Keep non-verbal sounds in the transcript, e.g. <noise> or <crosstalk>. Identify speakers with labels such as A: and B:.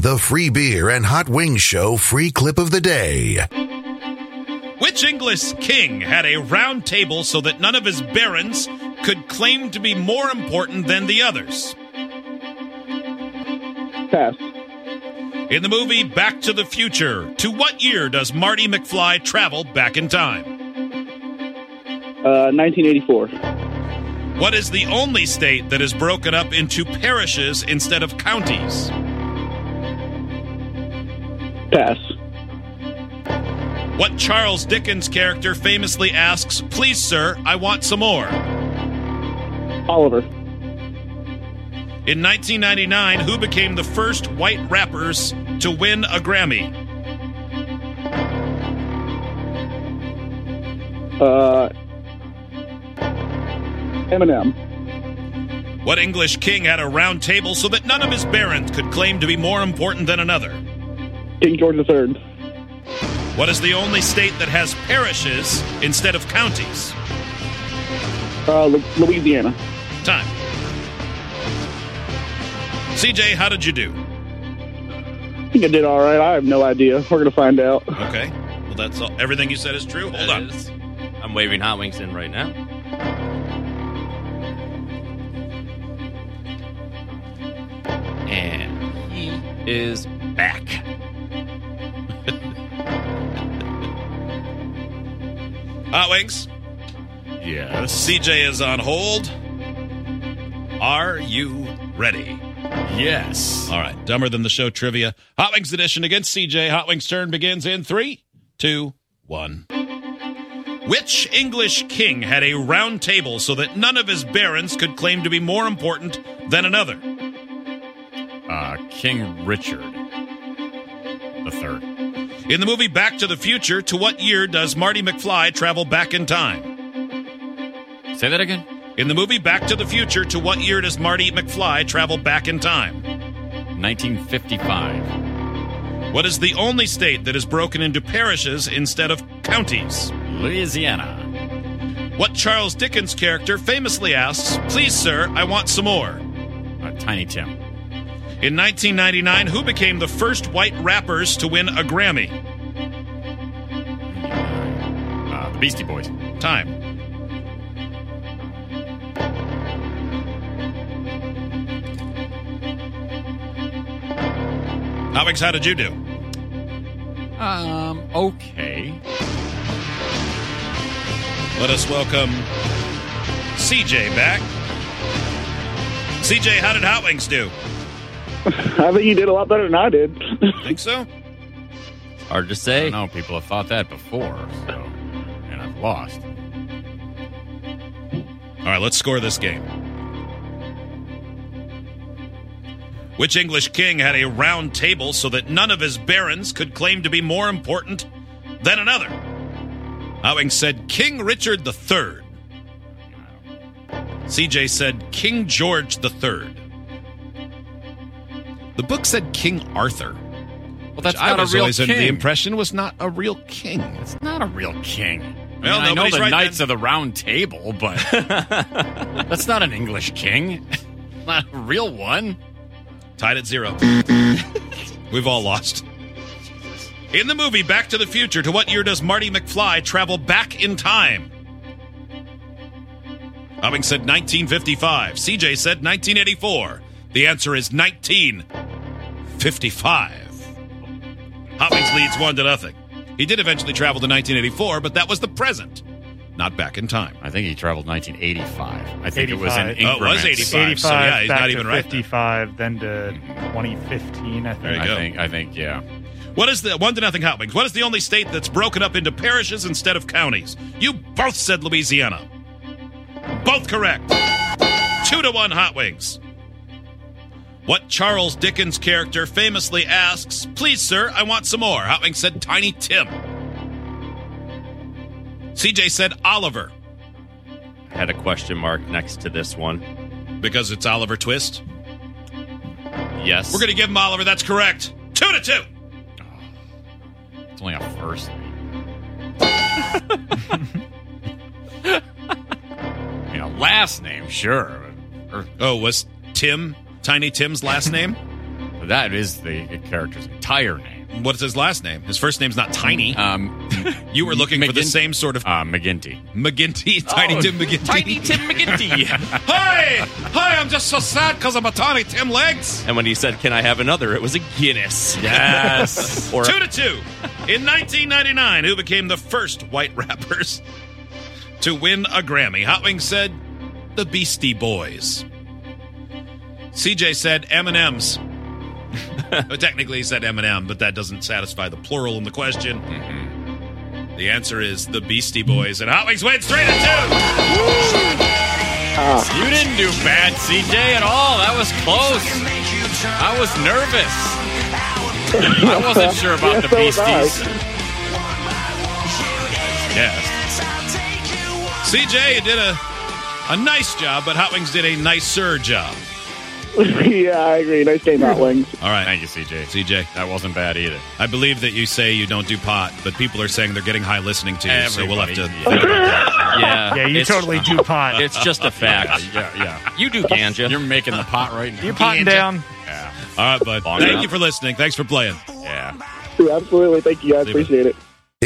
A: The Free Beer and Hot Wings Show free clip of the day.
B: Which English king had a round table so that none of his barons could claim to be more important than the others?
C: Pass.
B: In the movie Back to the Future, to what year does Marty McFly travel back in time?
C: Uh, 1984.
B: What is the only state that is broken up into parishes instead of counties?
C: Pass.
B: What Charles Dickens character famously asks, Please, sir, I want some more?
C: Oliver.
B: In 1999, who became the first white rappers to win a Grammy?
C: Uh, Eminem.
B: What English king had a round table so that none of his barons could claim to be more important than another?
C: King George III.
B: What is the only state that has parishes instead of counties?
C: Uh, Lu- Louisiana.
B: Time. CJ, how did you do?
C: I think I did all right. I have no idea. We're gonna find out. <laughs>
B: Okay. Well, that's all. Everything you said is true. Hold
D: That
B: on.
D: is- I'm waving hot wings in right now. And he is back.
B: Hot Wings,
D: Yes.
B: CJ is on hold. Are you ready?
D: Yes.
B: All right. Dumber than the show trivia. Hot Wings edition against CJ. Hot Wings turn begins in three, two, one. Which English king had a round table so that none of his barons could claim to be more important than another?
D: Uh, King Richard the third.
B: In the movie Back to the Future, to what year does Marty McFly travel back in time?
D: Say that again.
B: In the movie Back to the Future, to what year does Marty McFly travel back in time?
D: 1955.
B: What is the only state that is broken into parishes instead of counties?
D: Louisiana.
B: What Charles Dickens character famously asks, Please, sir, I want some more?
D: Uh, Tiny Tim.
B: In 1999, who became the first white rappers to win a Grammy?
D: Uh, the Beastie Boys.
B: Time. Alex, how did you do?
D: Um, okay.
B: Let us welcome CJ back. CJ, how did Hot Wings do?
C: I think you did a lot better than I did. <laughs>
B: Think so?
D: Hard to say. No, people have thought that before, so. And I've lost.
B: All right, let's score this game. Which English king had a round table so that none of his barons could claim to be more important than another? Owings said King Richard III. CJ said King George III. The book said King Arthur.
D: Well, that's
B: which I
D: not a
B: was
D: real
B: always
D: king.
B: under the impression was not a real king.
D: It's not a real king.
B: Well,
D: I, mean, I know
B: nobody's
D: the
B: right
D: Knights
B: then.
D: of the Round Table, but
B: <laughs>
D: that's not an English king. <laughs> not a real one.
B: Tied at zero. We've all lost. In the movie Back to the Future, to what year does Marty McFly travel back in time? Humming said 1955. CJ said 1984. The answer is 1955. Hummings leads one to nothing. He did eventually travel to 1984, but that was the present, not back in time.
D: I think he traveled 1985. I think it was
B: Oh,
D: in
E: 85.
B: it was
D: increments.
B: 85. so yeah, he's
E: back
B: not
E: to
B: even right then.
E: 55, then to
C: <laughs>
E: 2015, I think.
B: There you
D: I
B: go.
D: think. I think. Yeah.
B: What is the one to nothing hot wings? What is the only state that's broken up into parishes instead of counties? You both said Louisiana. Both correct. Two to one hot wings. What Charles Dickens character famously asks, "Please, sir, I want some more." Hot wings said, "Tiny Tim." CJ said Oliver
F: I had a question mark next to this one.
B: because it's Oliver Twist.
F: Yes.
B: We're gonna give him Oliver. That's correct. Two to two.
D: It's only a
B: <laughs>
D: first. I mean, a last name, sure. but-
B: Oh, was Tim Tiny Tim's last name?
D: or- er, That is the character's entire name.
B: What is his last name? His first name's not Tiny.
D: Um, <laughs>
B: You were looking for the
D: McGin-
B: same sort of
D: uh, McGinty.
B: McGinty, Tiny
D: Oh,
B: Tim McGinty.
F: Tiny Tim McGinty.
B: <laughs> Hi! Hi, I'm just so sad because I'm a Tiny Tim Legs.
F: and when he said, "Can I have another?" It was a Guinness.
D: Yes.
F: <laughs> Or
B: Two to two. In 1999, who became the first white rappers to win a Grammy? Hot Wings said, the Beastie Boys. CJ said
F: <laughs>
B: M&M's. Well, technically, he said M&M, but that doesn't satisfy the plural in the question.
F: Mm-hmm.
B: The answer is the Beastie Boys, and Hot Wings went straight to two.
F: you didn't do bad, CJ, at all. That was close. I was nervous.
D: I wasn't sure about the
C: Yes, so was
D: Beasties.
B: Yes. CJ did a a nice job, but Hot Wings did a nicer job.
C: yeah, I agree. Nice game, Hot Wings.
B: All right,
D: Thank you, CJ.
B: CJ.
D: That wasn't bad either.
B: I believe that you say you don't do pot, but people are saying they're getting high listening to you, so we'll have to.
D: Everybody, yeah.
F: Yeah.
E: Yeah, you
F: it's- <laughs>
E: totally do
D: Uh,
E: pot.
F: It's just a fact.
D: <laughs> Yeah, yeah.
F: You do ganja.
D: You're making the pot right now.
E: You're potting down.
D: Yeah.
B: All right, bud.
F: Long
B: Thank
F: enough.
B: you for listening. Thanks for playing.
D: Yeah.
C: Absolutely. Thank you. I
B: it.
C: appreciate it.